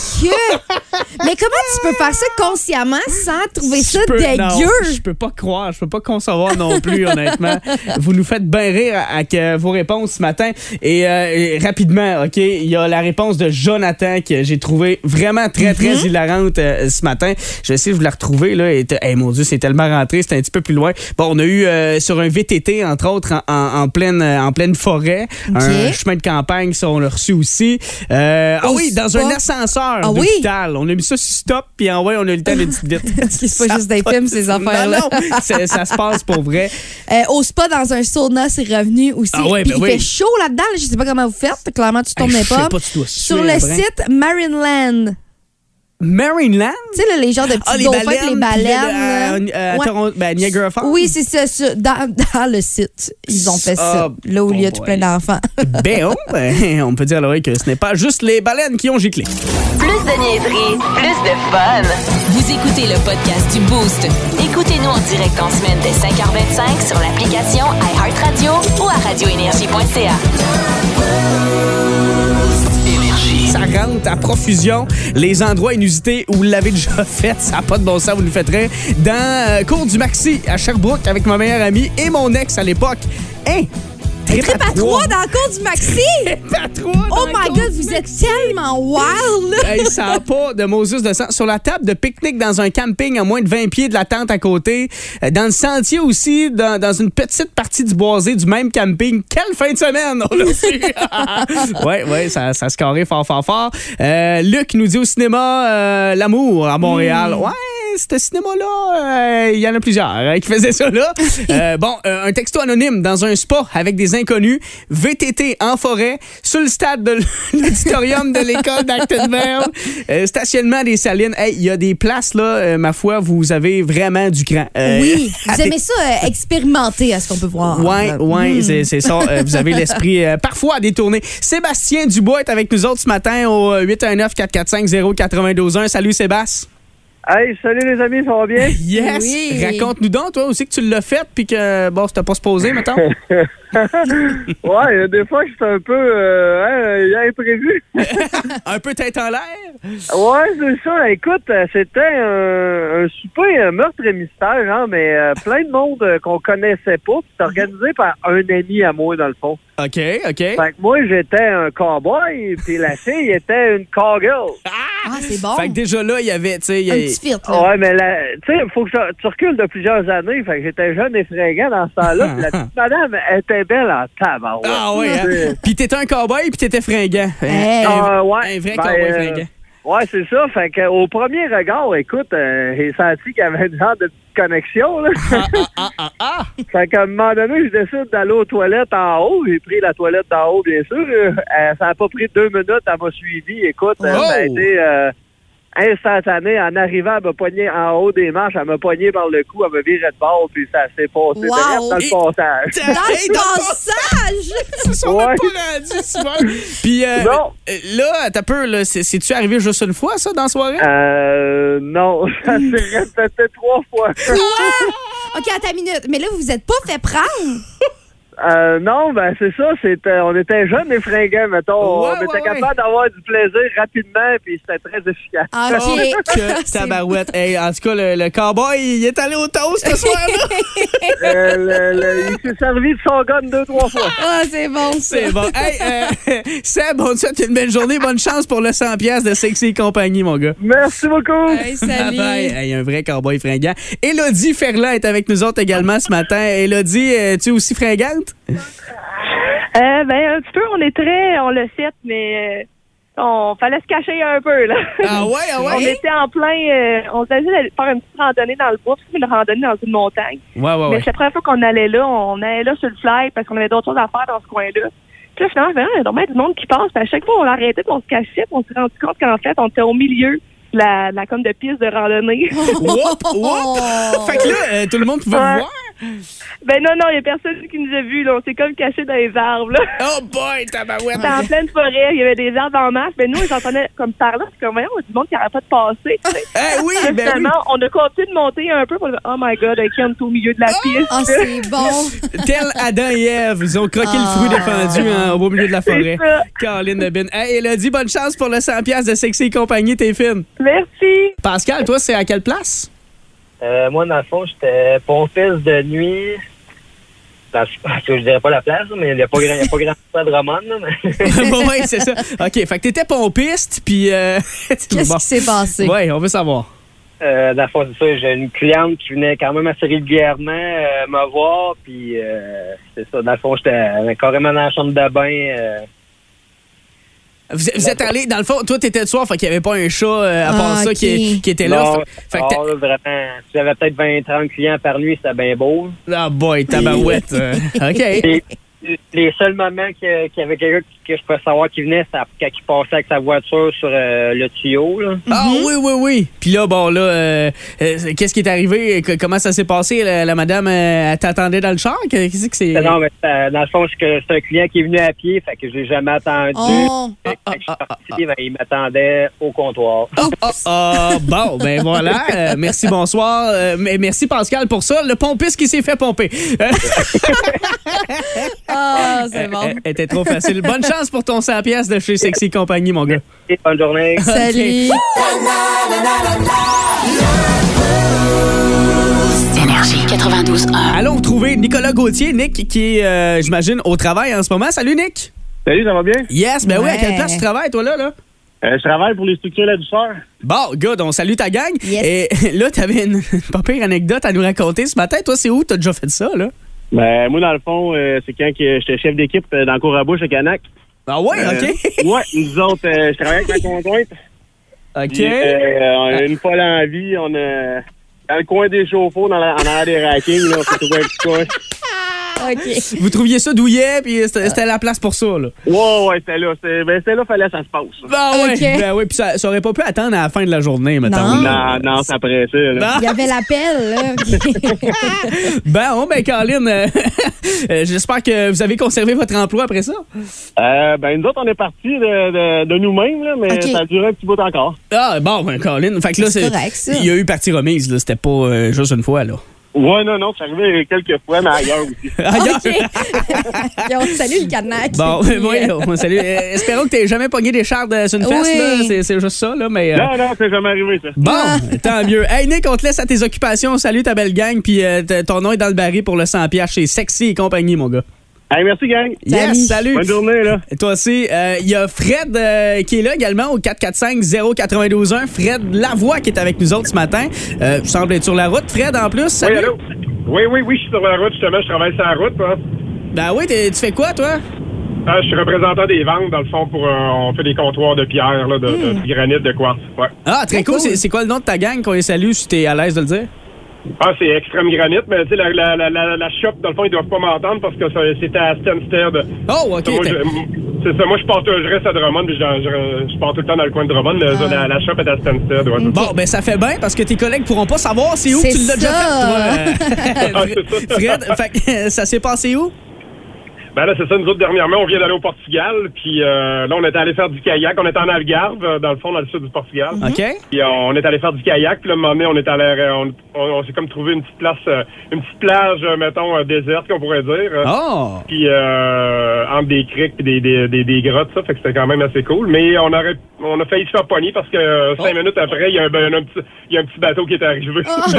Speaker 5: Mais comment tu peux faire ça consciemment sans trouver ça
Speaker 4: Je peux- non,
Speaker 5: dégueu?
Speaker 4: Je peux pas croire, je peux pas concevoir non plus, honnêtement. Vous nous faites bien rire avec euh, vos réponses ce matin. Et, euh, et rapidement, OK, il y a la réponse de Jonathan que j'ai trouvée vraiment très, très
Speaker 5: Mhm.
Speaker 4: hilarante euh, ce matin. Je vais essayer de vous la retrouver. Là, et t- hey, mon Dieu, c'est tellement rentré, c'est un petit peu plus loin. Bon, on a eu euh, sur un VTT, entre autres, en, en- en pleine, euh, en pleine forêt,
Speaker 5: OK.
Speaker 4: un chemin de campagne, ça, on l'a reçu aussi. Euh, ah
Speaker 5: Au
Speaker 4: oui, dans
Speaker 5: spot.
Speaker 4: un ascenseur
Speaker 5: Ah oui?
Speaker 4: d'hôpital. On a mis ça sur stop, puis en vrai, on a eu le temps de petite vite.
Speaker 5: C'est pas juste des films, ces affaires-là.
Speaker 4: Non, non, c'est- ça se passe pour vrai.
Speaker 5: Euh, au spa, dans un sauna, c'est revenu aussi.
Speaker 4: Ah ouais,
Speaker 5: Puis
Speaker 4: ben
Speaker 5: il
Speaker 4: oui.
Speaker 5: fait chaud là-dedans. là. Je sais pas comment vous faites. Clairement, tu tombes
Speaker 4: Hey, je sais
Speaker 5: pas.
Speaker 4: pas, tu dois
Speaker 5: Sur le
Speaker 4: suer un brin.
Speaker 5: site Marineland.
Speaker 4: Maryland? Ah,
Speaker 5: Tu sais, là, Ah, les genres de petits dauphins avec les
Speaker 4: puis
Speaker 5: baleines.
Speaker 4: le- à- à
Speaker 5: là. Ouais.
Speaker 4: Toronto- ben, Niagara Falls.
Speaker 5: Oui, c'est ça. sur- dans, dans le site, ils ont fait ça.
Speaker 4: Ah,
Speaker 5: Là où il y a
Speaker 4: bon
Speaker 5: tout
Speaker 4: boy.
Speaker 5: plein d'enfants.
Speaker 4: Ben, oh, ben, on peut dire à l'oreille que ce n'est pas juste les baleines qui ont giclé.
Speaker 1: Plus de niaiserie, plus de fun. Vous écoutez le podcast du Boost. Écoutez-nous en direct en semaine dès 5h25 sur l'application iHeartRadio ou à radioénergie.ca.
Speaker 4: Ça rentre à profusion. Les endroits inusités où vous l'avez déjà fait, ça n'a pas de bon sens, vous nous faites rire. Dans euh, Cours du Maxi à Sherbrooke avec ma meilleure amie et mon ex à l'époque. Hein?
Speaker 5: Trip à trois dans le cours du maxi!
Speaker 4: Trip à trois dans
Speaker 5: Oh
Speaker 4: la
Speaker 5: my
Speaker 4: cour
Speaker 5: God,
Speaker 4: du
Speaker 5: vous êtes tellement wild! là.
Speaker 4: Hey, ça n'a pas de Moses de sang. Sur la table de pique-nique dans un camping à moins de 20 pieds de la tente à côté. Euh, Dans le sentier aussi, dans, dans une petite partie du boisé du même camping. Quelle fin de semaine! On l'a su! ouais, ouais, ça, ça se carré fort, fort, fort. Euh, Luc nous dit au cinéma euh, L'amour à Montréal.
Speaker 5: Hmm.
Speaker 4: Ouais! Ce cinéma-là, euh, il y en a plusieurs hein, qui faisaient ça là. Euh, bon, euh, un texto anonyme dans un spa avec des inconnus, VTT en forêt, sur le stade de l'auditorium de l'école d'Actonville, euh, stationnement des salines. Hey, il y a des places là, euh, ma foi, vous avez vraiment du cran. Euh,
Speaker 5: Oui,
Speaker 4: à
Speaker 5: vous
Speaker 4: des-
Speaker 5: aimez ça euh, expérimenter à ce qu'on peut voir.
Speaker 4: Ouais,
Speaker 5: Euh,
Speaker 4: ouais, c'est- c'est ça. Euh, vous avez l'esprit euh, parfois détourné. Sébastien Dubois est avec nous autres ce matin au euh, 819-445-0921. Salut Sébastien.
Speaker 9: Hey, salut les amis, ça va bien?
Speaker 4: Yes!
Speaker 5: Oui.
Speaker 4: Raconte-nous donc, toi aussi, que tu l'as fait puis que, bon, c'était pas supposé, mettons.
Speaker 9: Ouais, euh, des fois, c'est un peu euh, hein, euh, il y a imprévu.
Speaker 4: Un peu tête en l'air.
Speaker 9: Ouais, c'est ça. Écoute, euh, c'était un, un souper un meurtre et mystère, hein, mais euh, plein de monde euh, qu'on connaissait pas. puis C'était organisé par un ami à moi, dans le fond.
Speaker 4: OK, OK.
Speaker 9: Fait que moi, j'étais un cowboy, puis la fille était une cowgirl.
Speaker 5: Ah, c'est bon.
Speaker 4: Fait que déjà là, il y avait, tu sais, il y
Speaker 5: Un
Speaker 4: a-
Speaker 5: petit fit, là.
Speaker 9: Ouais, mais la- tu sais, faut que ça- tu recules de plusieurs années. Fait que j'étais jeune et fringant dans ce temps-là. puis la petite madame était belle en tabarouette.
Speaker 4: Ah ouais, hein?
Speaker 9: C'est-
Speaker 4: Puis t'étais un cowboy puis t'étais fringant.
Speaker 5: Hey.
Speaker 4: Un-
Speaker 9: Ah, ouais.
Speaker 4: Un vrai
Speaker 9: Ben,
Speaker 4: cowboy
Speaker 9: euh,
Speaker 4: fringant.
Speaker 9: Ouais, c'est ça. Fait que, au premier regard, écoute, euh, j'ai senti qu'il y avait une genre de petite connexion. Là.
Speaker 4: Ah, ah, ah, ah, ah.
Speaker 9: fait qu'à un moment donné, je décide d'aller aux toilettes en haut. J'ai pris la toilette d'en haut, bien sûr. Euh, euh, ça a pas pris deux minutes. Elle m'a suivi. Écoute, euh,
Speaker 4: Oh!
Speaker 9: ça a été euh, instantané. En arrivant, elle m'a pogné en haut des marches. Elle m'a pogné par le cou. Elle m'a viré de bord. Puis ça s'est passé de
Speaker 5: Wow!
Speaker 9: reste dans
Speaker 4: Et-
Speaker 9: le passage.
Speaker 5: Dans
Speaker 4: Hey,
Speaker 5: le
Speaker 4: donc,
Speaker 5: passage!
Speaker 4: Ils se sont même
Speaker 9: Ouais.
Speaker 4: pas rendus souvent. Puis euh,
Speaker 9: Non.
Speaker 4: euh, là, t'as peur, là, c'est- c'est-tu arrivé juste une fois, ça, dans la soirée?
Speaker 9: Euh, non, ça s'est répété trois fois.
Speaker 5: Quoi? OK, attends une minute. Mais là, vous vous êtes pas fait prendre.
Speaker 9: Euh, non, ben c'est ça, c'était, on était jeunes et fringants, mettons.
Speaker 4: Ouais,
Speaker 9: on était
Speaker 4: ouais, ouais.
Speaker 9: capable d'avoir du plaisir rapidement, puis c'était très efficace.
Speaker 5: Ah,
Speaker 4: Oh,
Speaker 5: OK.
Speaker 4: que
Speaker 5: C'est-
Speaker 4: tabarouette. Hey, en tout cas, le, le cowboy, il est allé au toast ce soir-là.
Speaker 9: Euh, le- le- il s'est servi de son gun deux, trois fois.
Speaker 5: Ah, c'est bon, ça.
Speaker 4: C'est bon. Hey, euh, Seb, on te souhaite une belle journée. Bonne chance pour le 100 pièces de Sexy et compagnie, mon gars.
Speaker 9: Merci beaucoup.
Speaker 5: Hey, salut.
Speaker 4: Bye-bye. Hey, un vrai cowboy fringant. Élodie Ferland est avec nous autres également ce matin. Élodie, euh, tu es aussi fringante?
Speaker 7: Euh, ben, un petit peu, on est très, on le sait, mais euh, on fallait se cacher un peu là.
Speaker 4: Ah ouais, ah ouais?
Speaker 7: on était en plein, euh, on s'agit d'aller faire une petite randonnée dans le bois, puis une randonnée dans une montagne.
Speaker 4: Ouais, ouais,
Speaker 7: Mais
Speaker 4: ouais.
Speaker 7: c'est la première fois qu'on allait là, on allait là sur le fly parce qu'on avait d'autres choses à faire dans ce coin-là. Puis là, finalement, je me dis, Ah, il y a donc bien du monde qui passe. Puis à chaque fois, on l'arrêtait, puis on se cachait, puis on s'est rendu compte qu'en fait, on était au milieu de la, de la com de piste de randonnée.
Speaker 4: Whoop,
Speaker 5: Oh.
Speaker 4: whoop. fait que là, euh, tout le monde pouvait
Speaker 7: Ouais.
Speaker 4: voir.
Speaker 7: ben non, non, il n'y a personne qui nous a vus. Là. On s'est comme cachés dans les arbres. Là.
Speaker 4: Oh boy, tabarouette.
Speaker 7: C'était en pleine forêt, il y avait des arbres en masse. Mais nous, j'entendais comme par là, puis comme, voyons, du monde qui n'arrête pas de passer. tu sais.
Speaker 4: Eh oui,
Speaker 7: Puis
Speaker 4: ben oui.
Speaker 7: finalement, on a continué de monter un peu. Pour... Oh my God, ok, on est au milieu de la piste.
Speaker 5: Ah, c'est bon.
Speaker 4: Oh!
Speaker 5: Ah.
Speaker 4: Tel Adam et Ève, ils ont croqué le fruit défendu hein, au beau milieu de la forêt.
Speaker 7: ça.
Speaker 4: Caroline Debin. Hey, Elodie, bonne chance pour le 100$ piastres de Sexy et compagnie, t'es fine.
Speaker 7: Merci.
Speaker 4: Pascal, toi, c'est à quelle place?
Speaker 9: Euh, moi, dans le fond, j'étais pompiste de nuit. Dans, je dirais pas la place, là, mais il n'y a pas grand, il y a pas grand chose de romane. là, mais-
Speaker 4: bon, ouais, c'est ça. OK, fait que t'étais pompiste, puis... euh,
Speaker 5: Qu'est-ce
Speaker 4: bon.
Speaker 5: qui s'est passé?
Speaker 4: Ouais, on veut savoir.
Speaker 9: Euh, dans le fond, c'est ça. J'ai une cliente qui venait quand même assez régulièrement euh, me voir. Puis, euh, c'est ça. Dans le fond, j'étais euh, carrément dans la chambre de bain. euh,
Speaker 4: Vous, vous êtes allé, dans le fond, toi, t'étais le soir, fait qu'il n'y avait pas un chat, euh, à
Speaker 5: Ben, Ah,
Speaker 4: part ça,
Speaker 5: ok.
Speaker 4: qui, qui était là.
Speaker 9: non,
Speaker 4: Fait- fait que t'as-
Speaker 9: non, là, vraiment. Si j'avais peut-être 20, 30 clients par nuit, c'était bien beau.
Speaker 4: Ah boy, tabarouette. euh, OK.
Speaker 9: Et les seuls moments que- qu'il y avait quelqu'un que je pouvais savoir qui venait, c'est quand il passait avec sa voiture sur euh, le tuyau. Là.
Speaker 4: Ah
Speaker 5: Mhm.
Speaker 4: oui, oui, oui. Puis là, bon, là, euh, euh, qu'est-ce qui est arrivé? Que- comment ça s'est passé? La, la madame, euh, elle t'attendait dans le char? Que- Qu'est-ce que c'est?
Speaker 9: Non, mais euh, dans le fond, c'est que c'est un client qui est venu à pied, fait que j'ai jamais attendu.
Speaker 5: Oh.
Speaker 9: Fait que quand je suis
Speaker 5: ah.
Speaker 9: parti, ben, il m'attendait au comptoir.
Speaker 4: Oh, oh, oh, bon, ben voilà. Euh, merci, bonsoir. Euh, mais merci, Pascal, pour ça. Le pompiste qui s'est fait pomper. Euh,
Speaker 5: Ah, c'est bon.
Speaker 4: euh, était trop facile. Bonne chance pour ton 100 pièces de chez Sexy Compagnie, mon gars.
Speaker 9: Et Bonne journée.
Speaker 5: Salut.
Speaker 1: Énergie 92.1.
Speaker 4: Allons retrouver Nicolas Gauthier. Nick, qui est, euh, j'imagine, au travail en ce moment. Salut, Nick.
Speaker 6: Salut, ça va bien?
Speaker 4: Yes, ben oui, à quelle
Speaker 5: Ouais.
Speaker 4: place tu travailles, toi, là? là?
Speaker 6: Euh, je travaille pour les structures de la douceur.
Speaker 4: Bon, good, on salue ta gang.
Speaker 5: Yes.
Speaker 4: Et là, t'avais une pas pire anecdote à nous raconter ce matin. Toi, c'est où t'as déjà fait ça, là?
Speaker 6: Ben, moi, dans le fond, euh, c'est quand que j'étais chef d'équipe euh, dans le cours à bouche à Canac.
Speaker 4: Ah ouais,
Speaker 6: Euh,
Speaker 4: OK.
Speaker 6: ouais, nous autres, euh, je travaillais avec ma conjointe.
Speaker 4: OK.
Speaker 6: Puis, euh, on a une fois dans la vie, on a... Dans le coin des chauffe-eau, dans la- en arrière des rackings, là, on s'est trouvé un petit coin.
Speaker 5: Ah, OK.
Speaker 4: Vous trouviez ça douillet, puis
Speaker 6: Ah.
Speaker 4: c'était c'était la place pour ça, là.
Speaker 6: Ouais, ouais, c'était là. C'était, ben, c'était là, fallait que ça se passe.
Speaker 4: Ben ouais,
Speaker 5: OK.
Speaker 4: ben ouais, puis ça, ça aurait pas pu attendre à la fin de la journée, mettons.
Speaker 5: Non.
Speaker 4: là.
Speaker 6: Non, non, ça pressait, là.
Speaker 5: Il y avait l'appel, là.
Speaker 4: Ben, oh, ben, Caroline, euh, euh, j'espère que vous avez conservé votre emploi après ça.
Speaker 6: Euh, ben, nous autres, on est partis de, de, de nous-mêmes, là, mais
Speaker 5: Ok.
Speaker 6: ça a duré un petit bout encore.
Speaker 4: Ah, bon, ben, Caroline, fait que là,
Speaker 5: C'est
Speaker 4: c'est.
Speaker 5: correct, ça.
Speaker 4: Il y a eu partie remise, là. C'était pas euh, juste une fois, là.
Speaker 6: Ouais, non, non, c'est arrivé quelques fois, mais ailleurs aussi.
Speaker 4: Ailleurs.
Speaker 5: Ah, OK. Et on salue le Canac.
Speaker 4: Bon,
Speaker 5: Puis,
Speaker 4: oui,
Speaker 5: euh,
Speaker 4: on salue. Euh, espérons que t'aies jamais pogné des chars de- sur une
Speaker 5: Oui.
Speaker 4: fesse, là. C'est- C'est juste ça, là, mais... euh,
Speaker 6: Non, non, c'est jamais arrivé, ça.
Speaker 4: Bon, tant mieux. Hey Nick, on te laisse à tes occupations. Salut ta belle gang, puis euh, t- ton nom est dans le baril pour le 100 pièces chez Sexy et compagnie, mon gars.
Speaker 6: Hey, merci, gang.
Speaker 4: Yes, salut.
Speaker 6: Bonne journée, là.
Speaker 4: Toi aussi, euh, il y a Fred euh, qui est là également au 445-0921. Fred Lavoie qui est avec nous autres ce matin. Euh, tu sembles être sur la route, Fred, en plus. Salut.
Speaker 10: Oui, allô? Oui, oui, oui, je suis sur la route, justement, je travaille sur la route. moi.
Speaker 4: Ben oui, t'es- tu fais quoi, toi?
Speaker 10: Ah, je suis représentant des ventes, dans le fond, pour euh, on fait des comptoirs de pierre, là, de, de- de granit, de quartz. Ouais.
Speaker 4: Hmm. Ah, très cool. C'est- C'est quoi le nom de ta gang qu'on les salue si t'es à l'aise de le dire?
Speaker 10: Ah, c'est extrême granit, mais tu sais, la, la, la, la, la shop, dans le fond, ils doivent pas m'entendre parce que ça- c'était à Stansted.
Speaker 4: Oh, OK.
Speaker 10: Ça, moi,
Speaker 4: t'es-
Speaker 10: je- m- C'est ça, moi, je pars, tout- je reste à Drummond, puis je, je, je pars tout le temps dans le coin de Drummond, mais ça, la, la shop est à Stansted. Ouais, c'est ça.
Speaker 4: Ah. Bon, ben ça fait bien parce que tes collègues pourront pas savoir c'est où que
Speaker 5: C'est
Speaker 4: tu l'as déjà
Speaker 5: ça.
Speaker 4: fait, toi.
Speaker 10: c'est ça.
Speaker 4: Fred, fait que, euh, ça s'est passé où?
Speaker 10: Ben là, c'est ça, nous autres, dernièrement, on vient d'aller au Portugal, puis euh, là, on est allé faire du kayak, on est en Algarve, euh, dans le fond, dans le sud du Portugal.
Speaker 4: OK?
Speaker 10: Puis euh, on est allé faire du kayak, puis là, un moment donné, on est allé, euh, on, on- on s'est comme trouvé une petite place, euh, une petite plage, euh, mettons, euh, déserte, qu'on pourrait dire. euh,
Speaker 4: Oh!
Speaker 10: Puis euh, entre des criques puis des, des, des, des grottes, ça, fait que c'était quand même assez cool. Mais on aurait, on a failli se faire pogner parce que euh,
Speaker 4: Oh.
Speaker 10: cinq minutes après, il y, a un, ba- un petit- il y a un petit bateau qui est arrivé. on, a,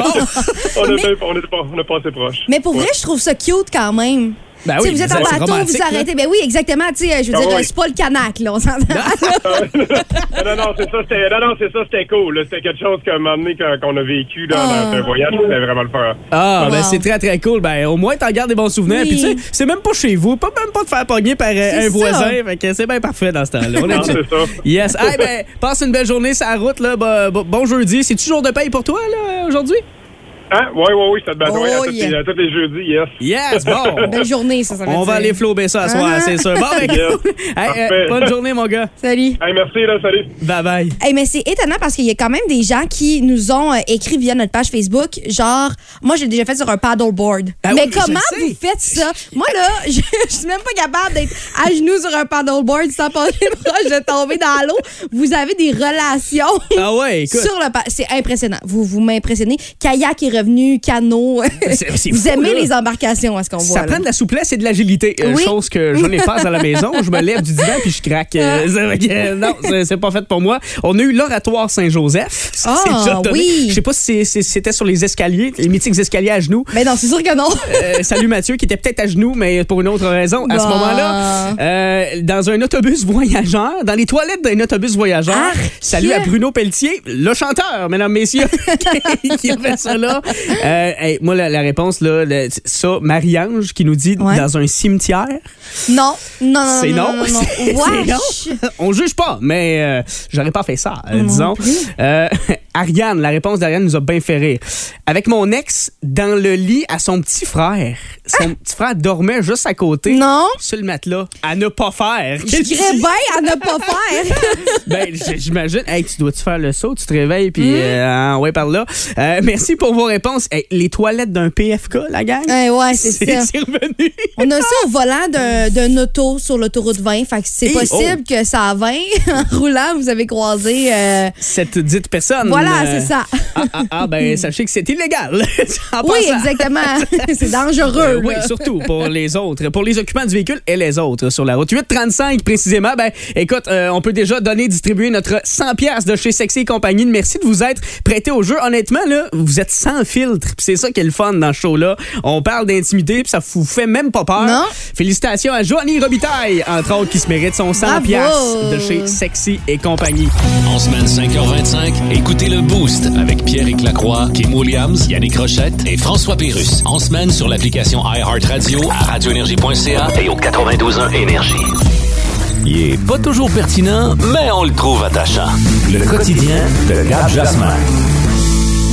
Speaker 4: Oh!
Speaker 5: Mais-
Speaker 10: on, a, on a passé proche.
Speaker 5: Mais pour vrai, je trouve ça cute quand même.
Speaker 4: Ben
Speaker 5: Tu sais,
Speaker 4: oui,
Speaker 5: vous êtes
Speaker 4: c'est
Speaker 5: en bateau,
Speaker 4: romantique,
Speaker 5: vous
Speaker 4: là.
Speaker 5: arrêtez. Ben oui, exactement. Tu sais, je veux
Speaker 10: Ah
Speaker 5: dire,
Speaker 10: ouais.
Speaker 5: c'est pas le canac, là, on s'entend.
Speaker 4: Ah,
Speaker 10: non, non, c'est ça, c'était, non, non, c'est ça, c'était cool. là. C'était quelque chose qu'à un moment donné qu'on qu'on a vécu là, dans un voyage, c'était vraiment le fun.
Speaker 4: Ah, ben
Speaker 10: Wow.
Speaker 4: c'est très, très cool. Ben, au moins, t'en gardes des bons souvenirs.
Speaker 10: Oui.
Speaker 4: Puis, tu sais, c'est même pas chez vous. Pas même pas de faire pogner par euh, un
Speaker 10: ça.
Speaker 4: voisin. Fait que c'est bien parfait dans ce temps-là. On est
Speaker 10: Non,
Speaker 4: chill.
Speaker 10: c'est ça.
Speaker 4: Yes. Hey, ben, passe une belle journée sur la route, là. Bon, bon- bon jeudi. C'est-tu jour de paye pour toi, là, aujourd'hui?
Speaker 10: Hein? Oui, oui, oui, ça te bat.
Speaker 4: Oh,
Speaker 10: ouais, à, hein, tous
Speaker 4: yeah.
Speaker 10: les, à tous les jeudis, yes.
Speaker 4: Yes, bon.
Speaker 5: Belle journée, ça, ça veut
Speaker 4: On va
Speaker 5: dire.
Speaker 4: aller flouber ça à soir,
Speaker 5: Ah.
Speaker 4: c'est sûr. Bon, ben,
Speaker 10: Yes.
Speaker 4: cool. Hey, euh,
Speaker 10: Parfait.
Speaker 4: bonne journée, mon gars.
Speaker 5: Salut.
Speaker 10: merci, là, salut.
Speaker 4: Bye bye.
Speaker 5: Hey, mais c'est étonnant parce qu'il y a quand même des gens qui nous ont euh, écrit via notre page Facebook, genre, moi, j'ai déjà fait sur un paddleboard.
Speaker 4: Ben
Speaker 11: Ah
Speaker 5: mais
Speaker 11: oui, mais je
Speaker 5: comment
Speaker 11: le sais.
Speaker 5: vous faites ça? Moi, là, je, je suis même pas capable d'être à genoux sur un paddleboard sans passer proche de tomber dans l'eau. Vous avez des relations.
Speaker 4: Ah ouais, écoute.
Speaker 5: Sur le pa- C'est impressionnant. Vous, vous m'impressionnez. Kayak est revenu, canot.
Speaker 4: C'est- c'est
Speaker 5: vous
Speaker 4: fou,
Speaker 5: aimez
Speaker 4: là.
Speaker 5: les embarcations, à ce qu'on voit.
Speaker 4: Ça
Speaker 5: là.
Speaker 4: prend de la souplesse et de l'agilité. Euh,
Speaker 5: Oui.
Speaker 4: Chose que je n'ai pas à la maison. Je me lève du divan puis je craque. Euh, c'est- euh, non, c'est- c'est pas fait pour moi. On a eu l'oratoire Saint-Joseph. Ça, c'est
Speaker 5: Ah,
Speaker 4: déjà donné.
Speaker 5: oui.
Speaker 4: Je sais pas si c'est- c'est- c'était sur les escaliers, les mythiques escaliers à genoux. Euh,
Speaker 5: Mais Ben non, c'est sûr que non.
Speaker 4: salut Mathieu, qui était peut-être à genoux, mais pour une autre raison. À ce
Speaker 5: Bah.
Speaker 4: moment-là, euh, dans un autobus voyageur, dans les toilettes d'un autobus voyageur, salut à Bruno Pelletier, le chanteur, mesdames, messieurs, qui a fait ça là. Euh, hey, moi, la, la réponse, là, le- ça, Marie-Ange qui nous dit dans un cimetière.
Speaker 5: Non, non, non.
Speaker 4: C'est non.
Speaker 5: non. Mm, non, non, non.
Speaker 4: C'est-
Speaker 5: Wesh.
Speaker 4: c'est non. On juge pas, mais euh, j'aurais pas fait ça, euh,
Speaker 5: Non
Speaker 4: disons.
Speaker 5: plus.
Speaker 4: Euh, Ariane, la réponse d'Ariane nous a bien fait rire. Avec mon ex dans le lit à son petit frère. Son petit frère dormait juste à côté.
Speaker 5: Ah! Non.
Speaker 4: Sur le matelas. À ne pas faire.
Speaker 5: Je dirais bien à ne pas faire.
Speaker 4: Ben, j- j'imagine. Hey, tu dois-tu faire le saut? Tu te réveilles,
Speaker 5: Hmm.
Speaker 4: puis euh, ah, ouais, par là. Euh, merci pour vos réponses. Hey, les toilettes d'un PFK, la gang?
Speaker 5: Eh ouais, c'est ça.
Speaker 4: C'est revenu.
Speaker 5: On a ça au volant d'un- d'un auto sur l'autoroute 20. Fait que c'est
Speaker 4: Hey, oh.
Speaker 5: possible que ça à 20, en roulant, vous avez croisé. euh,
Speaker 4: Cette dite personne.
Speaker 5: Voilà,
Speaker 4: euh,
Speaker 5: c'est ça.
Speaker 4: Ah, ah, ah, ben, sachez que c'est illégal. En
Speaker 5: oui,
Speaker 4: passant.
Speaker 5: exactement. c'est dangereux.
Speaker 4: Euh, oui,
Speaker 5: là.
Speaker 4: surtout pour les autres, pour les occupants du véhicule et les autres sur la route. 835 précisément. Ben, écoute, euh, on peut déjà donner, distribuer notre 100 pièces de chez Sexy et compagnie. Merci de vous être prêté au jeu. Honnêtement, là, vous êtes sans filtre. Puis c'est ça qui est le fun dans ce show-là. On parle d'intimité, puis ça vous fait même pas peur. Félicitations à Joanie Robitaille, entre autres, qui se mérite son 100
Speaker 2: Bravo.
Speaker 4: pièces de chez Sexy et compagnie.
Speaker 2: En semaine 5h25, écoutez le Boost avec Pierre-Éric Lacroix, Kim Williams, Yannick Rochette et François Pérus. En semaine sur l'application iHeartRadio à radioénergie.ca et au 92.1 Énergie. Il est pas toujours pertinent, mais on le trouve attachant. Le quotidien de Gab Jasmin.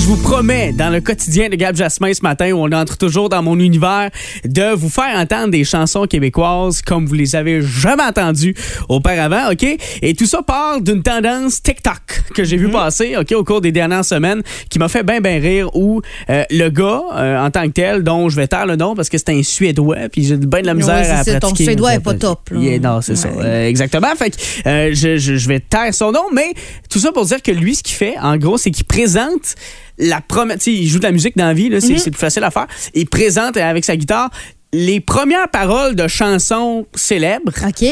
Speaker 4: Je vous promets, dans le quotidien de Gab Jasmin ce matin, où on entre toujours dans mon univers, de vous faire entendre des chansons québécoises comme vous les avez jamais entendues auparavant, OK? Et tout ça part d'une tendance TikTok que j'ai
Speaker 5: Mhm.
Speaker 4: vu passer, OK, au cours des dernières semaines, qui m'a fait bien, bien rire, où euh, le gars, euh, en tant que tel, dont je vais taire le nom parce que c'est un Suédois, puis j'ai bien de la
Speaker 5: Oui,
Speaker 4: misère
Speaker 5: c'est
Speaker 4: à
Speaker 5: ça,
Speaker 4: pratiquer.
Speaker 5: ton Suédois est pas top, là.
Speaker 4: Il est- non, c'est ça. Euh, exactement. Fait que euh, je, je- je vais taire son nom, mais tout ça pour dire que lui, ce qu'il fait, en gros, c'est qu'il présente la promesse. Il joue de la musique dans la vie, là, c'est,
Speaker 12: Mhm.
Speaker 4: c'est plus facile à faire. Il présente euh, avec sa guitare les premières paroles de chansons célèbres.
Speaker 5: OK.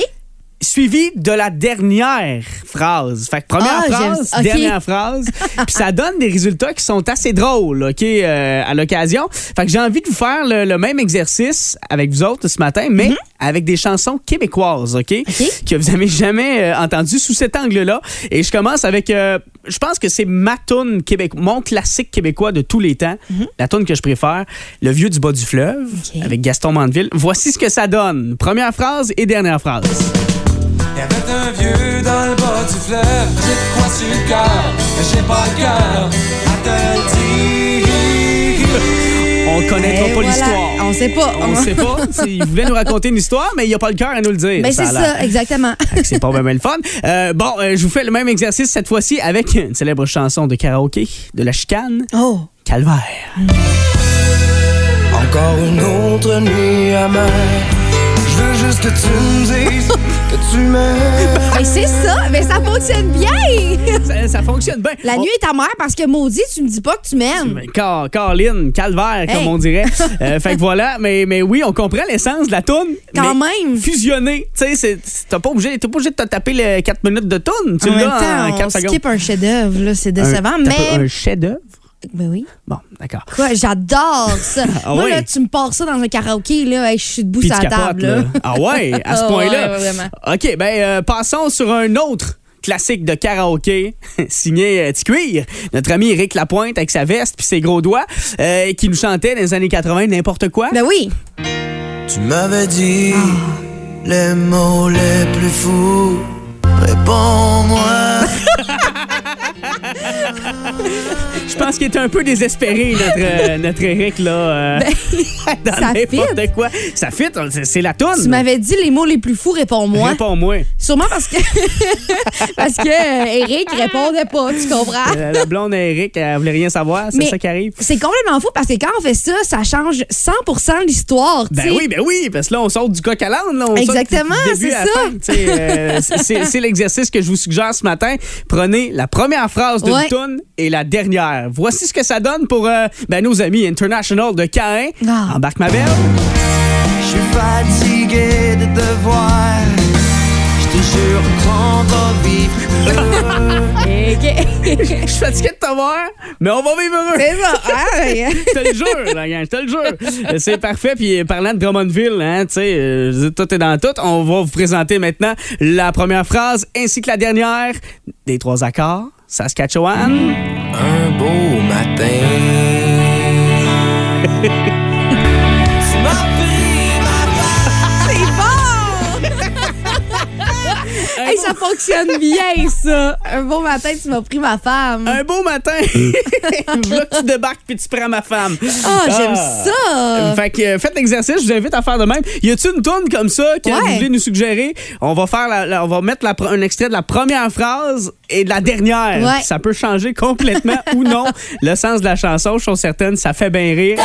Speaker 4: Suivies de la dernière phrase. Fait que première
Speaker 12: Ah, j'aime
Speaker 4: phrase,
Speaker 12: ça. OK.
Speaker 4: dernière phrase. Puis ça donne des résultats qui sont assez drôles, OK, euh, à l'occasion. Fait que j'ai envie de vous faire le, le même exercice avec vous autres ce matin, mais
Speaker 12: Mm-hmm.
Speaker 4: avec des chansons québécoises, OK, que vous n'avez jamais euh, entendues sous cet angle-là. Et je commence avec, euh, je pense que c'est ma toune Québec, mon classique québécois de tous les temps,
Speaker 12: Mm-hmm.
Speaker 4: la toune que je préfère, Le Vieux du bas du fleuve, avec Gaston Mandeville. Voici ce que ça donne. Première phrase et dernière phrase.
Speaker 13: Il y avait un vieux dans le bas du fleuve, j'ai de quoi sur le cœur, mais j'ai pas le cœur à te
Speaker 4: On connaîtra
Speaker 13: Et
Speaker 4: pas
Speaker 13: voilà.
Speaker 4: l'histoire.
Speaker 5: Eh On sait pas.
Speaker 4: On sait pas. C'est- Il voulait nous raconter une histoire, mais il a pas le cœur à nous le dire.
Speaker 5: Mais Ben, c'est
Speaker 4: a l'air.
Speaker 5: ça, exactement.
Speaker 4: Fait que C'est pas même le fun. Euh, bon, euh, je vous fais le même exercice cette fois-ci avec une célèbre chanson de karaoké de la chicane.
Speaker 5: Oh.
Speaker 4: Calvaire.
Speaker 13: le dire. Encore une autre nuit amère, je veux juste que tu me dises que tu m'aimes.
Speaker 5: Mais Ben, c'est ça, mais ça fonctionne bien.
Speaker 4: Ça, fonctionne bien.
Speaker 5: La nuit est ta mère parce que maudit, tu me dis pas que tu m'aimes.
Speaker 4: Car, Caroline, calvaire,
Speaker 5: Hey.
Speaker 4: comme on dirait. Euh, fait que voilà, mais, mais oui, on comprend l'essence de la toune.
Speaker 5: Quand
Speaker 4: même. Fusionnée. Tu sais, c'est- c'est- t'as pas, obligé- t'es pas obligé de te taper les 4 minutes de toune. Tu
Speaker 5: en même
Speaker 4: l'as en
Speaker 5: temps, on
Speaker 4: 4 secondes.
Speaker 5: skip un chef-d'œuvre, là, c'est décevant,
Speaker 4: Un- t'as
Speaker 5: mais.
Speaker 4: pas- Un chef-d'œuvre?
Speaker 5: Ben oui.
Speaker 4: Bon, d'accord.
Speaker 5: Quoi, j'adore ça.
Speaker 4: Ah
Speaker 5: Moi,
Speaker 4: oui?
Speaker 5: là, tu me pars ça dans un karaoké, là, hey, je suis debout
Speaker 4: Puis
Speaker 5: sur
Speaker 4: tu
Speaker 5: la
Speaker 4: capotes,
Speaker 5: table.
Speaker 4: là.
Speaker 5: Là.
Speaker 4: Ah ouais, à ce
Speaker 5: Ah
Speaker 4: point-là.
Speaker 5: ouais, vraiment.
Speaker 4: OK, ben euh, passons sur un autre classique de karaoké signé euh, Ticuir, notre ami Eric Lapointe avec sa veste puis ses gros doigts euh, qui nous chantait dans les années 80 n'importe quoi.
Speaker 5: Ben oui.
Speaker 11: Tu m'avais dit les mots les plus fous. Réponds-moi.
Speaker 4: Je pense qu'il est un peu désespéré notre euh, notre Eric là euh, dans
Speaker 5: Ben, ça
Speaker 4: n'importe quoi. Ça fit, on- c'est- c'est la toune.
Speaker 5: Tu m'avais dit les mots les plus fous, réponds-moi.
Speaker 4: Réponds-moi.
Speaker 5: Sûrement parce que parce que euh, Eric répondait pas, tu comprends?
Speaker 4: Euh, la blonde à Eric, elle voulait rien savoir, c'est
Speaker 5: Mais
Speaker 4: ça qui arrive.
Speaker 5: C'est complètement fou parce que quand on fait ça, ça change 100 l'histoire. tu
Speaker 4: Ben
Speaker 5: sais.
Speaker 4: oui, ben oui, parce que là, on saute du coq à l'âne. là. On saute du
Speaker 5: Exactement,
Speaker 4: début
Speaker 5: c'est
Speaker 4: à la
Speaker 5: ça.
Speaker 4: fin, tu sais, euh, c'est- c'est c'est l'exercice que je vous suggère ce matin. Prenez la première phrase d'une
Speaker 5: Ouais.
Speaker 4: toune et la dernière. Voici ce que ça donne pour euh, ben, nos amis International de Caen.
Speaker 5: Ah.
Speaker 4: Embarque ma belle.
Speaker 11: Je suis fatigué de te voir. Je te jure qu'on va vivre.
Speaker 4: Je suis fatigué de te voir, mais on va vivre heureux.
Speaker 5: C'est ça, hein?
Speaker 4: je te le jure, la gang, je te le jure. Euh, C'est parfait. Puis euh, parlant de Drummondville, hein, tu sais, euh, je veux dire, tout est dans tout. On va vous présenter maintenant la première phrase ainsi que la dernière des trois accords. Saskatchewan. Un beau matin.
Speaker 5: Ah, C'est bon! hey, ça fonctionne bien, ça. Un beau matin, tu m'as pris ma femme.
Speaker 4: Un beau matin. là, tu débarques puis tu prends ma femme.
Speaker 5: Ah, j'aime ça.
Speaker 4: Fait que euh, faites l'exercice, je vous invite à faire de même. Y a-tu une tourne comme ça que
Speaker 5: Ouais.
Speaker 4: vous voulez nous suggérer On va faire la- la- on va mettre la pre- un extrait de la première phrase et de la dernière.
Speaker 5: Ouais.
Speaker 4: Puis Ça peut changer complètement ou non le sens de la chanson, je suis certaine, ça fait bien rire.